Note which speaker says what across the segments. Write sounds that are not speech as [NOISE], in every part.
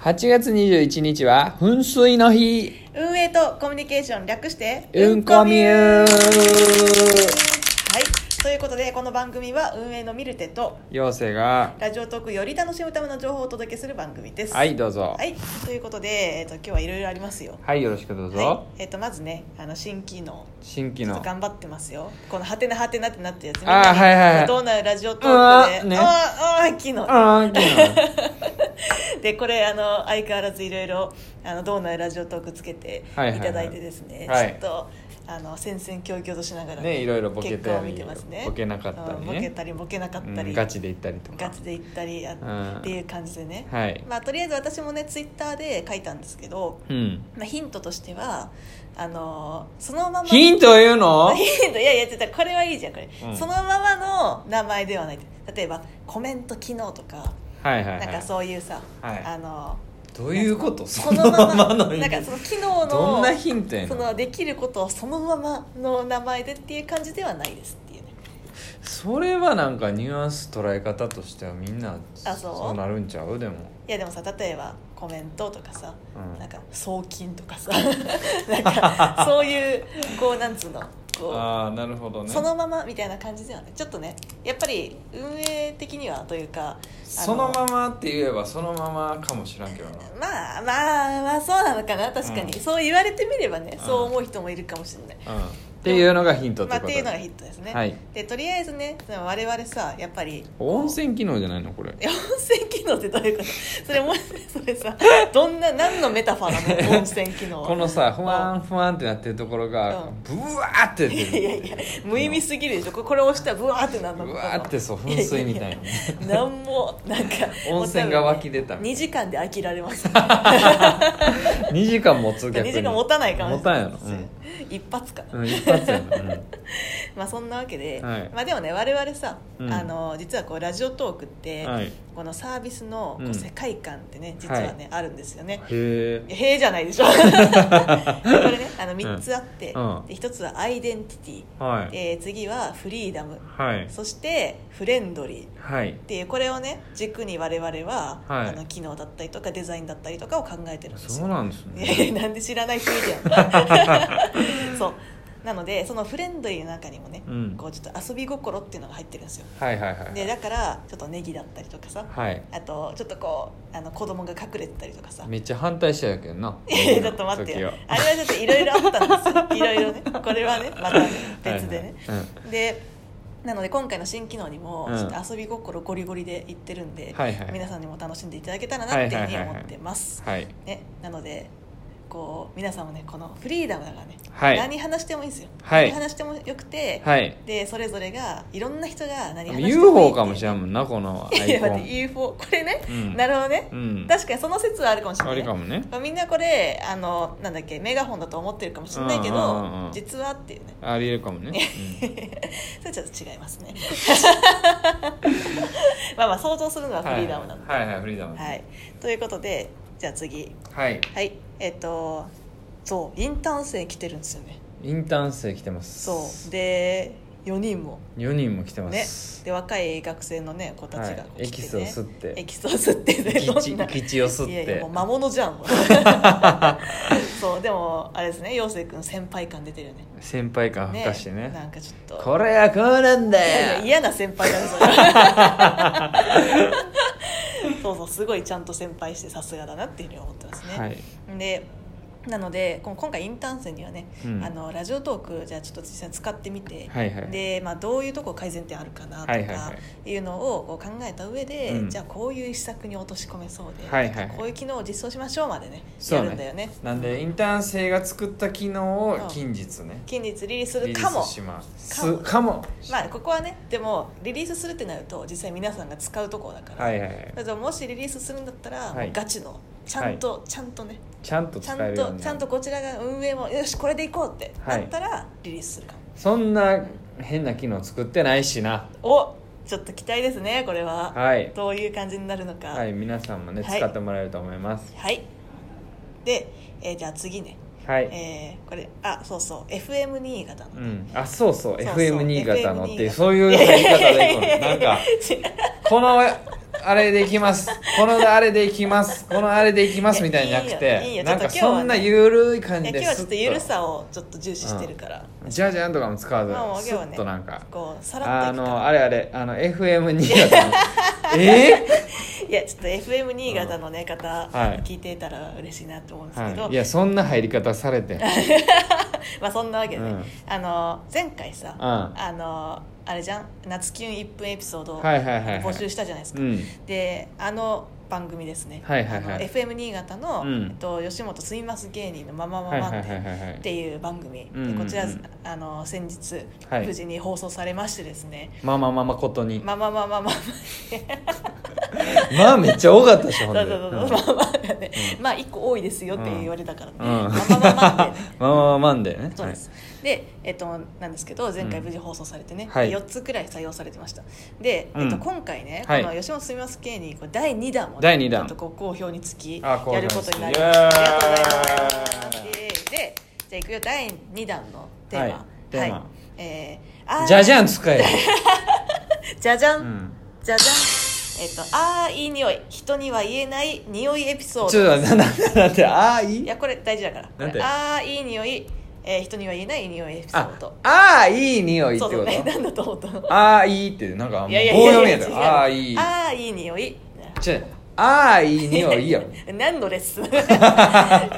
Speaker 1: 8月21日は噴水の日
Speaker 2: 運営とコミュニケーション略して
Speaker 1: うんこみゅ
Speaker 2: は
Speaker 1: ー
Speaker 2: いということでこの番組は運営のミルテと
Speaker 1: 妖精が
Speaker 2: ラジオトークより楽しむための情報をお届けする番組です
Speaker 1: はいどうぞ
Speaker 2: はいということで、えっと今日はいろいろありますよ
Speaker 1: はいよろしくどうぞ、
Speaker 2: はいえっとまずねあの新機能
Speaker 1: 新規
Speaker 2: ちょっ
Speaker 1: の
Speaker 2: と頑張ってますよこのハテナハテナってなってるやつみん
Speaker 1: あー
Speaker 2: なに
Speaker 1: はいはいはい
Speaker 2: どうなるラジオトーク
Speaker 1: うわー
Speaker 2: で、
Speaker 1: ね
Speaker 2: あーあー機能
Speaker 1: あーい
Speaker 2: [LAUGHS] でこれあの相変わらずいろいろあのどうなるラジオトークつけてい
Speaker 1: はいはいはい
Speaker 2: ただいてですね、
Speaker 1: はい
Speaker 2: ちょっとあの戦々恐々としながら
Speaker 1: ねいろいろボケたり
Speaker 2: 結果を見てますね
Speaker 1: ボケなかったりね
Speaker 2: うんボケたりボケなかっ
Speaker 1: い
Speaker 2: た
Speaker 1: の
Speaker 2: り、
Speaker 1: うんガチで行ったりとか
Speaker 2: ガチでいったりあ
Speaker 1: うん
Speaker 2: っていう感じでね、
Speaker 1: はい
Speaker 2: まあとりあえず私もねツイッターで書いたんですけど、
Speaker 1: うん
Speaker 2: まあ、ヒントとしてはあのそのまま
Speaker 1: ヒント言うの
Speaker 2: [LAUGHS] ヒントいやいやちょっとこれはいいじゃんこれ、
Speaker 1: うん
Speaker 2: そのままの名前ではない例えばコメント機能とか
Speaker 1: はいはい
Speaker 2: なん
Speaker 1: は
Speaker 2: か
Speaker 1: い
Speaker 2: そういうさ、
Speaker 1: はい
Speaker 2: あの
Speaker 1: どういうことそ
Speaker 2: こ
Speaker 1: の
Speaker 2: の
Speaker 1: ま
Speaker 2: まま
Speaker 1: まの意
Speaker 2: なん
Speaker 1: 味
Speaker 2: かその機能の
Speaker 1: どんなヒントやね
Speaker 2: そ
Speaker 1: ん
Speaker 2: のできることをそのままの名前でっていう感じではないですっていうね
Speaker 1: それはなんかニュアンス捉え方としてはみんな
Speaker 2: あそう
Speaker 1: なるんちゃうでも
Speaker 2: いやでもさ例えばコメントとかさ、
Speaker 1: うん
Speaker 2: なんか送金とかさ [LAUGHS] なんかそういうこうなんつうのこう
Speaker 1: ああなるほどね
Speaker 2: そのままみたいな感じではねちょっとねやっぱり運営的にはというか
Speaker 1: そのままって言えばそのままかもしらんけどな
Speaker 2: まあまあまあそうなのかな確かに、
Speaker 1: うん
Speaker 2: そう言われてみればね、
Speaker 1: ん
Speaker 2: そう思う人もいるかもしれない
Speaker 1: うんっていうのがヒントって
Speaker 2: まあ、っ
Speaker 1: こと
Speaker 2: ていうのがヒットですね、
Speaker 1: はい
Speaker 2: でとりあえずねでも我々さやっぱり [LAUGHS]
Speaker 1: 温泉機能じゃないのこれ
Speaker 2: 温泉機能ってどういうこと [LAUGHS] それもそれさどんな何のメタファー
Speaker 1: [LAUGHS]
Speaker 2: なの温泉機能は
Speaker 1: このさふわんふわんってなってるところが
Speaker 2: う
Speaker 1: ブワーって
Speaker 2: いやいや
Speaker 1: 出
Speaker 2: い
Speaker 1: て
Speaker 2: や
Speaker 1: る
Speaker 2: 無意味すぎるでしょここれ押したらブワーってなんの
Speaker 1: ブワーってそう噴水みたいなね
Speaker 2: な何もなんか
Speaker 1: 温泉が湧き出た
Speaker 2: 2時間で飽きられます
Speaker 1: 2時間持つ逆に
Speaker 2: 2時間持たないかも
Speaker 1: 持
Speaker 2: したれ
Speaker 1: ん
Speaker 2: な
Speaker 1: やろ
Speaker 2: い
Speaker 1: うん
Speaker 2: 一発かな
Speaker 1: うん一発やなうん
Speaker 2: まあそんなわけで、
Speaker 1: はい
Speaker 2: まあでもね我々さ、
Speaker 1: うん
Speaker 2: あの実はこうラジオトークって、
Speaker 1: はい
Speaker 2: このサービスのこ
Speaker 1: うん
Speaker 2: う世界観ってね、実はね、あるんですよね。
Speaker 1: へえ
Speaker 2: へえじゃないでしょ [LAUGHS] これねあの3つあって、
Speaker 1: うんうん
Speaker 2: で1つはアイデンティ
Speaker 1: は
Speaker 2: ティ、
Speaker 1: い
Speaker 2: で次はフリーダム
Speaker 1: はい
Speaker 2: そしてフレンドリーっ
Speaker 1: はい
Speaker 2: ていうこれをね軸に我々は、
Speaker 1: はい
Speaker 2: あの機能だったりとかデザインだったりとかを考 [LAUGHS] えてるんです
Speaker 1: そ
Speaker 2: よ
Speaker 1: うなんです
Speaker 2: いやい
Speaker 1: ね
Speaker 2: やなんで知らない人いるやん [LAUGHS] そうなのでそのフレンドリーの中にもね、
Speaker 1: うん
Speaker 2: こうちょっと遊び心っていうのが入ってるんですよ
Speaker 1: はいはいはい
Speaker 2: でだからちょっとネギだったりとかさ
Speaker 1: はい
Speaker 2: あとちょっとこうあの子供が隠れてたりとかさ
Speaker 1: めっちゃ反対したやけどな
Speaker 2: [LAUGHS] ちょっと待ってよあれはちょっといろいろあったんですよいろいろねこれはねまた別でね、
Speaker 1: はいはい
Speaker 2: でなので今回の新機能にも
Speaker 1: うん
Speaker 2: ちょっと遊び心ゴリゴリでいってるんで、
Speaker 1: はいはい
Speaker 2: 皆さんにも楽しんでいただけたらなっていうふ
Speaker 1: は
Speaker 2: うに
Speaker 1: いはいはいはい
Speaker 2: 思ってます、
Speaker 1: うんはい
Speaker 2: ね、なのでこう皆さんもねこのフリーダムだからね、
Speaker 1: はい
Speaker 2: 何話してもいいんですよ、
Speaker 1: はい
Speaker 2: 何話してもよくて、
Speaker 1: はい
Speaker 2: でそれぞれがいろんな人が何話してもいい
Speaker 1: UFO かもし
Speaker 2: れ
Speaker 1: れんもんなこのア
Speaker 2: [LAUGHS] いや
Speaker 1: イコ
Speaker 2: 待って
Speaker 1: ン
Speaker 2: UFO これね、
Speaker 1: うん
Speaker 2: なるほどね、
Speaker 1: うん
Speaker 2: 確かにその説はあるかもしれな
Speaker 1: あ
Speaker 2: い、
Speaker 1: れ
Speaker 2: ね
Speaker 1: かもね
Speaker 2: まあみんなこれあのなんだっけメガホンだと思ってるかもしれないけど、
Speaker 1: うんうんうんうん
Speaker 2: 実はっていうね
Speaker 1: ありえるかもね、うん
Speaker 2: それちょっと違いますね [LAUGHS] ま [LAUGHS] あまあ想像するのはフリーダムなので、
Speaker 1: はいはいフリーダム
Speaker 2: はいということでじゃあ次
Speaker 1: はい
Speaker 2: はいえっ、とそうインターン生来てるんですよね
Speaker 1: インターン生来てます
Speaker 2: そうで4人も
Speaker 1: 4人も来てま
Speaker 2: ね
Speaker 1: す、
Speaker 2: で若い学生のね子たちがこう
Speaker 1: はい
Speaker 2: 来て、ね
Speaker 1: エキスを吸って
Speaker 2: エキスを吸ってね
Speaker 1: 生き
Speaker 2: どん
Speaker 1: 地
Speaker 2: な
Speaker 1: 生き地を吸って
Speaker 2: いやいやもう魔物じ
Speaker 1: [LAUGHS]
Speaker 2: ゃんもうそうでもあれですね陽く君先輩感出てるよね
Speaker 1: 先輩感
Speaker 2: ね
Speaker 1: ふかしてね
Speaker 2: なんかちょっと
Speaker 1: これはこうなん
Speaker 2: いや
Speaker 1: だ
Speaker 2: いや
Speaker 1: よ
Speaker 2: 嫌な先輩だねそれ
Speaker 1: [LAUGHS]
Speaker 2: そうそうすごいちゃんと先輩してさすがだなっていうふうに思ってますね、
Speaker 1: はい
Speaker 2: でなのでこ今回インターン生にはね、
Speaker 1: うん
Speaker 2: あのラジオトークじゃあちょっと実際に使ってみて、
Speaker 1: はいはい
Speaker 2: でまあ、どういうとこ改善点あるかなとか、
Speaker 1: はい
Speaker 2: い
Speaker 1: はいはいう
Speaker 2: のをこう考えた上で、
Speaker 1: うん
Speaker 2: じゃあこういう施策に落とし込めそうで、
Speaker 1: はいはいはい
Speaker 2: こういう機能を実装しましょうまでね
Speaker 1: そう
Speaker 2: や
Speaker 1: ね
Speaker 2: るんだよね
Speaker 1: なんでインターン生が作った機能を近日ね
Speaker 2: 近日リリースす
Speaker 1: リ
Speaker 2: る
Speaker 1: リ
Speaker 2: か
Speaker 1: ー
Speaker 2: も
Speaker 1: スします
Speaker 2: かも
Speaker 1: かも
Speaker 2: まあここはねでもリリースするってなると実際皆さんが使うところだから、
Speaker 1: はいはいはい
Speaker 2: だからもしリリースするんだったら、
Speaker 1: はい
Speaker 2: もうガチのちゃんと、ちゃんとね
Speaker 1: ちゃんと
Speaker 2: ちゃ
Speaker 1: 使
Speaker 2: ん
Speaker 1: えるよう
Speaker 2: と
Speaker 1: に
Speaker 2: ちゃ
Speaker 1: なんる
Speaker 2: とこちらが運営もよしこれでいこうって
Speaker 1: はい
Speaker 2: なったらリリースするかも、
Speaker 1: そんな変な機能作ってないしな
Speaker 2: おちょっと期待ですねこれは、
Speaker 1: はい
Speaker 2: どういう感じになるのか
Speaker 1: はい皆さんもね
Speaker 2: はい
Speaker 1: 使ってもらえると思います
Speaker 2: はいで、えーじゃあ次ね、
Speaker 1: はい
Speaker 2: えーこれあそうそう FM 新潟の
Speaker 1: う、んあそうそう
Speaker 2: そうそう
Speaker 1: FM 新潟のって
Speaker 2: FM [LAUGHS]
Speaker 1: そういうやり方でいくのなんか
Speaker 2: 違う
Speaker 1: このあれでいきますこのあれでいきますこのあれでいきますみたいになく
Speaker 2: いやいいよ
Speaker 1: て
Speaker 2: いいよ
Speaker 1: なんか
Speaker 2: ちょっと今日
Speaker 1: そ
Speaker 2: はね
Speaker 1: んなゆるい感
Speaker 2: いや
Speaker 1: じで
Speaker 2: 今日はちょっとゆる
Speaker 1: スッ
Speaker 2: さをちょっと重視してるから、
Speaker 1: とジャジャンとかも使わず
Speaker 2: まあもう
Speaker 1: ス
Speaker 2: 今日は
Speaker 1: ッ
Speaker 2: ね
Speaker 1: となんか
Speaker 2: こうさら
Speaker 1: あ
Speaker 2: っといく
Speaker 1: の
Speaker 2: か
Speaker 1: あれあれあの FM 新潟のえ
Speaker 2: いやちょっと FM 新潟のね方
Speaker 1: はい
Speaker 2: 聞いてたら嬉しいなと思うんですけど、
Speaker 1: はい、いやそんな入り方されて
Speaker 2: まあそんなわけで、ね
Speaker 1: うん
Speaker 2: あの前回さ、
Speaker 1: ん
Speaker 2: あのあれじゃん夏キュン1分エピソードを
Speaker 1: はいはいはいはい
Speaker 2: 募集したじゃないですか、
Speaker 1: うん
Speaker 2: であの番組ですね、
Speaker 1: はいはいはい
Speaker 2: あの FM 新潟の、
Speaker 1: うん
Speaker 2: えっと、吉本すみます芸人のまま
Speaker 1: は
Speaker 2: ま
Speaker 1: い
Speaker 2: まっ
Speaker 1: はい
Speaker 2: て、
Speaker 1: はいはいはい
Speaker 2: っていう番組、
Speaker 1: うんうんうん
Speaker 2: でこちらあの先日、
Speaker 1: はい
Speaker 2: 無事に放送されましてですね
Speaker 1: まあまあまあまあことに
Speaker 2: まあまあまあまあまあ
Speaker 1: まあめっちゃ多かったでしょほん
Speaker 2: ま
Speaker 1: で
Speaker 2: あそうそうそ
Speaker 1: う
Speaker 2: う
Speaker 1: ん
Speaker 2: まあまあねまあ一個多いですよって言われたからね、
Speaker 1: うん
Speaker 2: まあまあまあまあってね
Speaker 1: まあまあまあんだよね
Speaker 2: そうです、で、えっと、なんですけど前回無事放送されてね、
Speaker 1: うんはい
Speaker 2: 4つくらい採用されてましたで、えっと、
Speaker 1: うん
Speaker 2: 今回ね、
Speaker 1: はい
Speaker 2: この吉本すみます芸人こう第2弾も、ね、
Speaker 1: 第二弾
Speaker 2: ちょっとこう好評につき
Speaker 1: あ好評
Speaker 2: やることになり
Speaker 1: イエー
Speaker 2: ま
Speaker 1: イ
Speaker 2: したありがとうございますイエーイでじゃあいくよ第2弾のテーマ
Speaker 1: はいテーマ
Speaker 2: えーあー
Speaker 1: じゃじゃん使えよ、
Speaker 2: じゃじゃん、
Speaker 1: うん、
Speaker 2: じゃじゃんえっとあーいい匂い人には言えない匂いエピソー
Speaker 1: ちょ
Speaker 2: ド
Speaker 1: っとななんでなんでああい
Speaker 2: い
Speaker 1: い
Speaker 2: やこれ大事だからこれ
Speaker 1: なんて
Speaker 2: あーいい匂い、えー人には言えない匂いエピソ
Speaker 1: あ
Speaker 2: ード
Speaker 1: あーいい匂いって
Speaker 2: そう
Speaker 1: こ
Speaker 2: そう
Speaker 1: と
Speaker 2: ねなんだと思った
Speaker 1: ああいいってなんかもう
Speaker 2: い
Speaker 1: 棒
Speaker 2: やいやいや
Speaker 1: 読み
Speaker 2: い
Speaker 1: や
Speaker 2: や
Speaker 1: った
Speaker 2: 違う
Speaker 1: らああいい
Speaker 2: あーいい匂い
Speaker 1: ちょああいい匂いやん
Speaker 2: 何のレ
Speaker 1: [LAUGHS]
Speaker 2: ッスンこ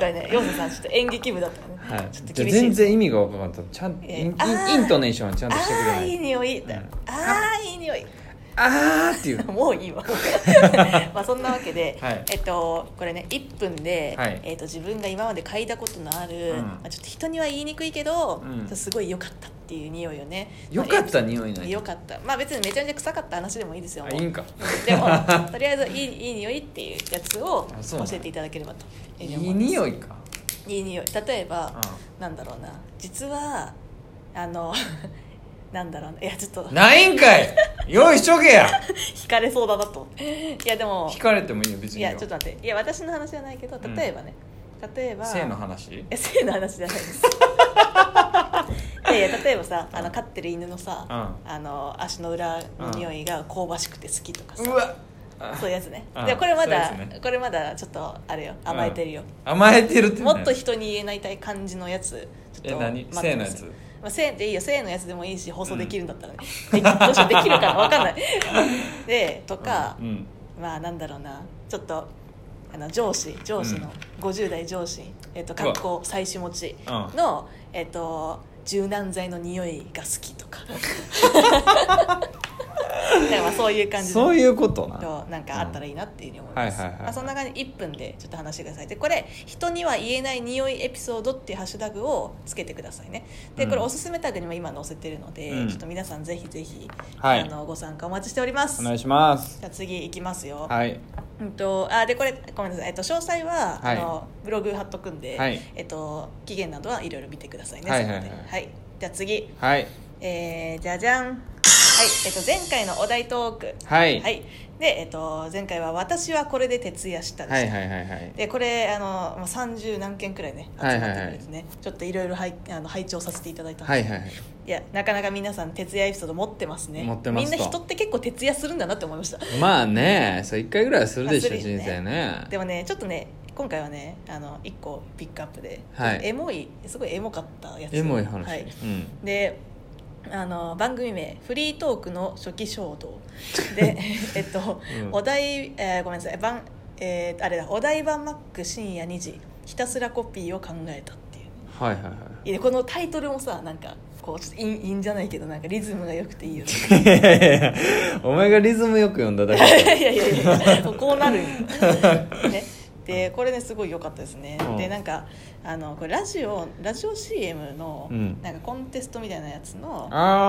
Speaker 2: れねヨウさんちょっと演劇部だったからね、
Speaker 1: はい
Speaker 2: ちょっと
Speaker 1: じゃあ
Speaker 2: 厳しい
Speaker 1: 全然意味が分かんなかったちゃん
Speaker 2: いや
Speaker 1: イン
Speaker 2: あー
Speaker 1: インイントネーションはちゃん
Speaker 2: あ
Speaker 1: としてくれな
Speaker 2: ーいい
Speaker 1: い
Speaker 2: 匂い、
Speaker 1: うん
Speaker 2: あーいい匂い
Speaker 1: あーっていう
Speaker 2: もうい
Speaker 1: [LAUGHS]
Speaker 2: いわまあそんなわけで、
Speaker 1: はい
Speaker 2: えっと、これね1分で、
Speaker 1: はい
Speaker 2: えっと、自分が今まで嗅いだことのあ
Speaker 1: う
Speaker 2: る、
Speaker 1: ん
Speaker 2: まあ、ちょっと人には言いにくいけど、
Speaker 1: うん
Speaker 2: すごい良かったっていう匂いをね
Speaker 1: 良かった匂いない
Speaker 2: 良かったまあ別にめちゃめちゃ臭かった話でもいいですよ
Speaker 1: あいいんか [LAUGHS]
Speaker 2: でもとりあえずいいいい匂いっていうやつを
Speaker 1: あそうな
Speaker 2: 教
Speaker 1: んだ
Speaker 2: えていただければと
Speaker 1: い
Speaker 2: いうふう
Speaker 1: い
Speaker 2: に思ます
Speaker 1: 匂いか
Speaker 2: いい匂い例えば、
Speaker 1: う
Speaker 2: なんだろうな実はあの [LAUGHS] なんだろうないやちょっと
Speaker 1: んないんかい用意しとけや
Speaker 2: 惹かれそうだなと思っていやでも
Speaker 1: 引かれてもいいよ別
Speaker 2: い
Speaker 1: によ
Speaker 2: やちょっと待っていや私の話じゃないけど
Speaker 1: うん
Speaker 2: 例えばね、例えば
Speaker 1: 性の話
Speaker 2: え性の話じゃないです
Speaker 1: [LAUGHS]
Speaker 2: いやいや例えばさあの飼ってる犬のさ、
Speaker 1: う
Speaker 2: あの足の裏の匂いが香ばしくて好きとかさ、
Speaker 1: うわあ
Speaker 2: そういうやつね、
Speaker 1: うん
Speaker 2: でもこれまだ、
Speaker 1: そういうやつね
Speaker 2: これまだちょっとあれよ甘えてるよ、
Speaker 1: 甘えてるってね
Speaker 2: もっと人に言えないたい感じのやつちょっ
Speaker 1: え
Speaker 2: と
Speaker 1: 何
Speaker 2: 待って
Speaker 1: 性の
Speaker 2: ま
Speaker 1: や
Speaker 2: す
Speaker 1: つ
Speaker 2: まあ、せいでいいよせいのやつでもいいし放送できるんだったらね、でどうしようできるかな分
Speaker 1: [LAUGHS]
Speaker 2: かんないでとか、
Speaker 1: うんうん
Speaker 2: まあなんだろうなちょっとあの上司上司の、50代上司、えっと
Speaker 1: うわ
Speaker 2: 格好妻子持ちの、えっと柔軟剤の匂いが好きと
Speaker 1: [LAUGHS]
Speaker 2: かだからまあそういう感じ
Speaker 1: そう
Speaker 2: う
Speaker 1: いうことな
Speaker 2: となんかあったらいいなっていうふうに思います、
Speaker 1: うんはいはいはい
Speaker 2: まあ、そんな感じで1分でちょっと話してくださいでこれ「人には言えない匂いエピソード」っていうハッシュタグをつけてくださいねでこれ
Speaker 1: うん
Speaker 2: おすすめタグにも今載せてるので、
Speaker 1: うん
Speaker 2: ちょっと皆さんぜひぜひ、
Speaker 1: はい
Speaker 2: あのご参加お待ちしております
Speaker 1: お願いします
Speaker 2: じゃあ次いきますよ、
Speaker 1: はい
Speaker 2: うんとあでこれごめんなさい、えっと、詳細は、
Speaker 1: はい
Speaker 2: あのブログ貼っとくんで、
Speaker 1: はい
Speaker 2: えっと、期限などはいろいろ見てくださいね、
Speaker 1: はいはいはい
Speaker 2: そこではい、じゃあ次、
Speaker 1: はい
Speaker 2: えー、じゃじゃん、はいえっと、前回のお題トーク、
Speaker 1: はい
Speaker 2: はいでえっと、前回は「私はこれで徹夜した」で
Speaker 1: は
Speaker 2: し
Speaker 1: い
Speaker 2: た、
Speaker 1: はいはいはい
Speaker 2: でこれあのまあ30何件くらいね集ま
Speaker 1: は
Speaker 2: っ
Speaker 1: い
Speaker 2: て
Speaker 1: はいはい
Speaker 2: るんですね、ちょっといろいろ拝あの拝聴させていただいたん
Speaker 1: は
Speaker 2: で
Speaker 1: い
Speaker 2: すけ
Speaker 1: は
Speaker 2: ど、
Speaker 1: いはい
Speaker 2: いやなかなか皆さん徹夜エピソード持ってますね
Speaker 1: 持ってますと
Speaker 2: みんな人って結構徹夜するんだなって思いました
Speaker 1: まあねそう1回ぐらいはするでしょ
Speaker 2: まあするよ
Speaker 1: 人
Speaker 2: ね
Speaker 1: 生ね
Speaker 2: でもねちょっとね今回はねあの1個ピックアップで、
Speaker 1: はい
Speaker 2: エモいすごいエモかったやつ
Speaker 1: エモい話
Speaker 2: はい
Speaker 1: うん
Speaker 2: であの番組名「フリートークの初期衝動」で [LAUGHS] えっと、
Speaker 1: うん
Speaker 2: お題、えーごめんなさい番、えーあれだお台場マック深夜2時ひたすらコピーを考えたっていう
Speaker 1: はいはいはい
Speaker 2: いやこのタイトルもさなんかこうちょっといいいいんじゃないけどなんかリズムが良くてい
Speaker 1: [LAUGHS]
Speaker 2: いよね
Speaker 1: いやいやいやお前がリズムよく読んだだけ
Speaker 2: い
Speaker 1: だ
Speaker 2: やいやいやこうな
Speaker 1: [LAUGHS]
Speaker 2: るんだねでこれねすごい良かったですね、
Speaker 1: うん
Speaker 2: でなんかあのこれラジオラジオ CM の、
Speaker 1: うん
Speaker 2: なんかコンテストみたいなやつの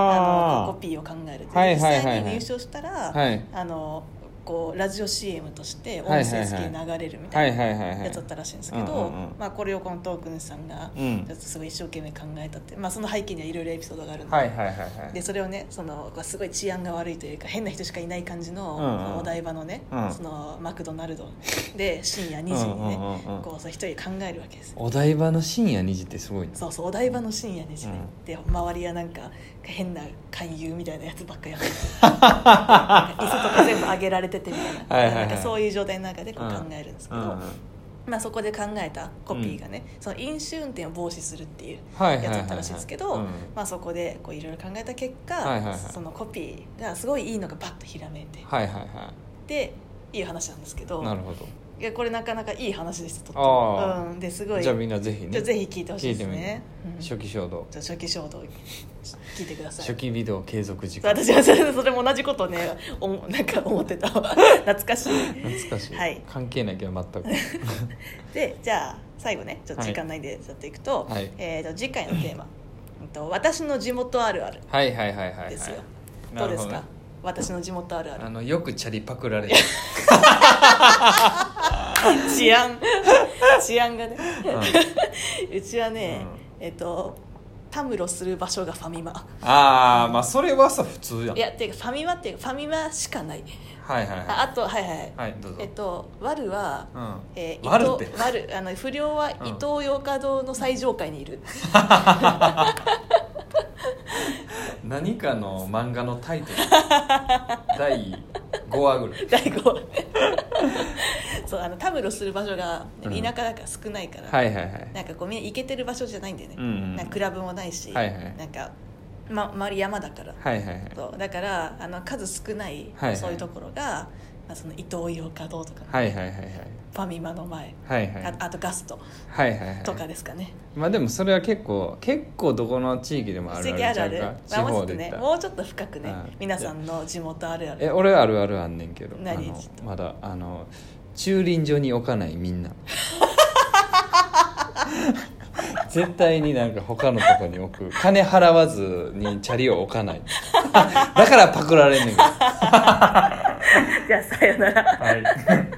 Speaker 2: あの
Speaker 1: あ
Speaker 2: コピーを考えるって、
Speaker 1: はいはいはいはい
Speaker 2: 実際に入賞したら、
Speaker 1: あはい
Speaker 2: あのこうラジオ CM として音
Speaker 1: はいはいは
Speaker 2: 声
Speaker 1: い
Speaker 2: 付きで流れるみ
Speaker 1: は
Speaker 2: た
Speaker 1: い
Speaker 2: いな
Speaker 1: はいはいは
Speaker 2: や
Speaker 1: い
Speaker 2: つだったらしいんですけど、
Speaker 1: うんうんうん
Speaker 2: まあ、これをこのトークンさんが、
Speaker 1: うん
Speaker 2: ちょっとすごい一生懸命考えたって、まあ、その背景にはいろいろエピソードがあるので、
Speaker 1: はいはいはいはい
Speaker 2: でそれをねそのすごい治安が悪いというか変な人しかいない感じの,、
Speaker 1: うんうん
Speaker 2: お台場のね、
Speaker 1: うん
Speaker 2: そのマクドナルドで深夜2時にね、
Speaker 1: うんうんうんうん
Speaker 2: こうそう一人で考えるわけです
Speaker 1: お台場の深夜2時ってすごいな
Speaker 2: そうそうお台場の深夜2時ね、で周りはなん
Speaker 1: [LAUGHS]
Speaker 2: か変な勧誘みたいなやつばっかやってて椅子とか全部上げられててみたいな,、
Speaker 1: はいはいはい
Speaker 2: なんかそういう状態の中でこう考えるんですけど、
Speaker 1: うんうん
Speaker 2: まあ、そこで考えたコピーがね、その飲酒運転を防止するっていう
Speaker 1: はいはい
Speaker 2: や
Speaker 1: は
Speaker 2: つ
Speaker 1: い
Speaker 2: だったらしいんですけど、
Speaker 1: うん
Speaker 2: まあ、そこでこういろいろ考えた結果、
Speaker 1: はいはいはい
Speaker 2: そのコピーがすごいいいのがパッとひらめいて
Speaker 1: はいはいは
Speaker 2: でいい話なんですけど
Speaker 1: いなるほど
Speaker 2: いやこれなかなかいい話ですとって
Speaker 1: あ
Speaker 2: も、うん、ですごい
Speaker 1: じゃあみんなぜひ
Speaker 2: ちょ
Speaker 1: ね
Speaker 2: ぜひ聞いてほしいですねうん
Speaker 1: 初期衝動
Speaker 2: ちょ初期衝動聞いてください
Speaker 1: 初期微動継続時間
Speaker 2: 私はそれそれも同じことねおもなんか思ってた [LAUGHS] 懐かしい
Speaker 1: 懐かしい、
Speaker 2: はい
Speaker 1: 関係ないけど
Speaker 2: [LAUGHS]
Speaker 1: 全く
Speaker 2: でじゃあ最後ねちょっと時間ないんでちょっといくと,、
Speaker 1: はい
Speaker 2: えー、と次回のテーマうんと「私の地元あるある
Speaker 1: はいはいはいはい、は」い、
Speaker 2: ですよ、
Speaker 1: な
Speaker 2: ど
Speaker 1: る
Speaker 2: うで
Speaker 1: ほ
Speaker 2: す
Speaker 1: ね
Speaker 2: か私の地元あるあ
Speaker 1: あ
Speaker 2: る
Speaker 1: のよくチャリパクられる
Speaker 2: [LAUGHS] 治安 [LAUGHS] 治安がね
Speaker 1: うん
Speaker 2: うちはね、えっ、とたむろする場所がファミマ
Speaker 1: ああまあそれはさ普通やん
Speaker 2: いやっていうかファミマっていうかファミマしかない
Speaker 1: はいはい
Speaker 2: あ
Speaker 1: は
Speaker 2: あとはいはいはい
Speaker 1: いはいどうぞ、
Speaker 2: えっとワルは、
Speaker 1: うん
Speaker 2: えー、
Speaker 1: ワル
Speaker 2: 伊
Speaker 1: って
Speaker 2: 藤ワルあの不良は伊
Speaker 1: うん
Speaker 2: 東洋華堂の最上階にいる、
Speaker 1: 何かの漫画のタ
Speaker 2: [LAUGHS]
Speaker 1: イトル第5話ぐらい
Speaker 2: 第5話そうあのたむろする場所が
Speaker 1: うん
Speaker 2: 田舎だから少ないから、
Speaker 1: はいはいはい
Speaker 2: なんかこうみんな行けてる場所じゃないんだよね、
Speaker 1: うんうん
Speaker 2: なんかクラブもないし、
Speaker 1: はいはい
Speaker 2: なんか、ま、周り山だから、
Speaker 1: はいはいはい
Speaker 2: そうだからあの数少ない、
Speaker 1: はいはい
Speaker 2: そういうところが、まあ、その伊東洋華堂とか、
Speaker 1: はいはいはいはい
Speaker 2: ファミマの前、
Speaker 1: はいはい
Speaker 2: ああとガスト
Speaker 1: はいはいはい
Speaker 2: とかですかね、
Speaker 1: まあでもそれは結構結構どこの地域でもある
Speaker 2: 次
Speaker 1: ある
Speaker 2: あるあ
Speaker 1: ち
Speaker 2: る
Speaker 1: ゃうか地
Speaker 2: まあも
Speaker 1: 方
Speaker 2: うちょっと
Speaker 1: で言っ
Speaker 2: ね
Speaker 1: たら
Speaker 2: もうちょっと深くね、
Speaker 1: うん
Speaker 2: 皆さんの地元あるある
Speaker 1: え俺あるあるあんねんけどあ
Speaker 2: 何
Speaker 1: の
Speaker 2: ちょっと
Speaker 1: まだあの駐輪場に置かないみん
Speaker 2: [LAUGHS]
Speaker 1: な絶対になんか他のとこに置く金払わずにチャリを置かない [LAUGHS] だからパクられんねんけど
Speaker 2: じゃあさよなら
Speaker 1: はい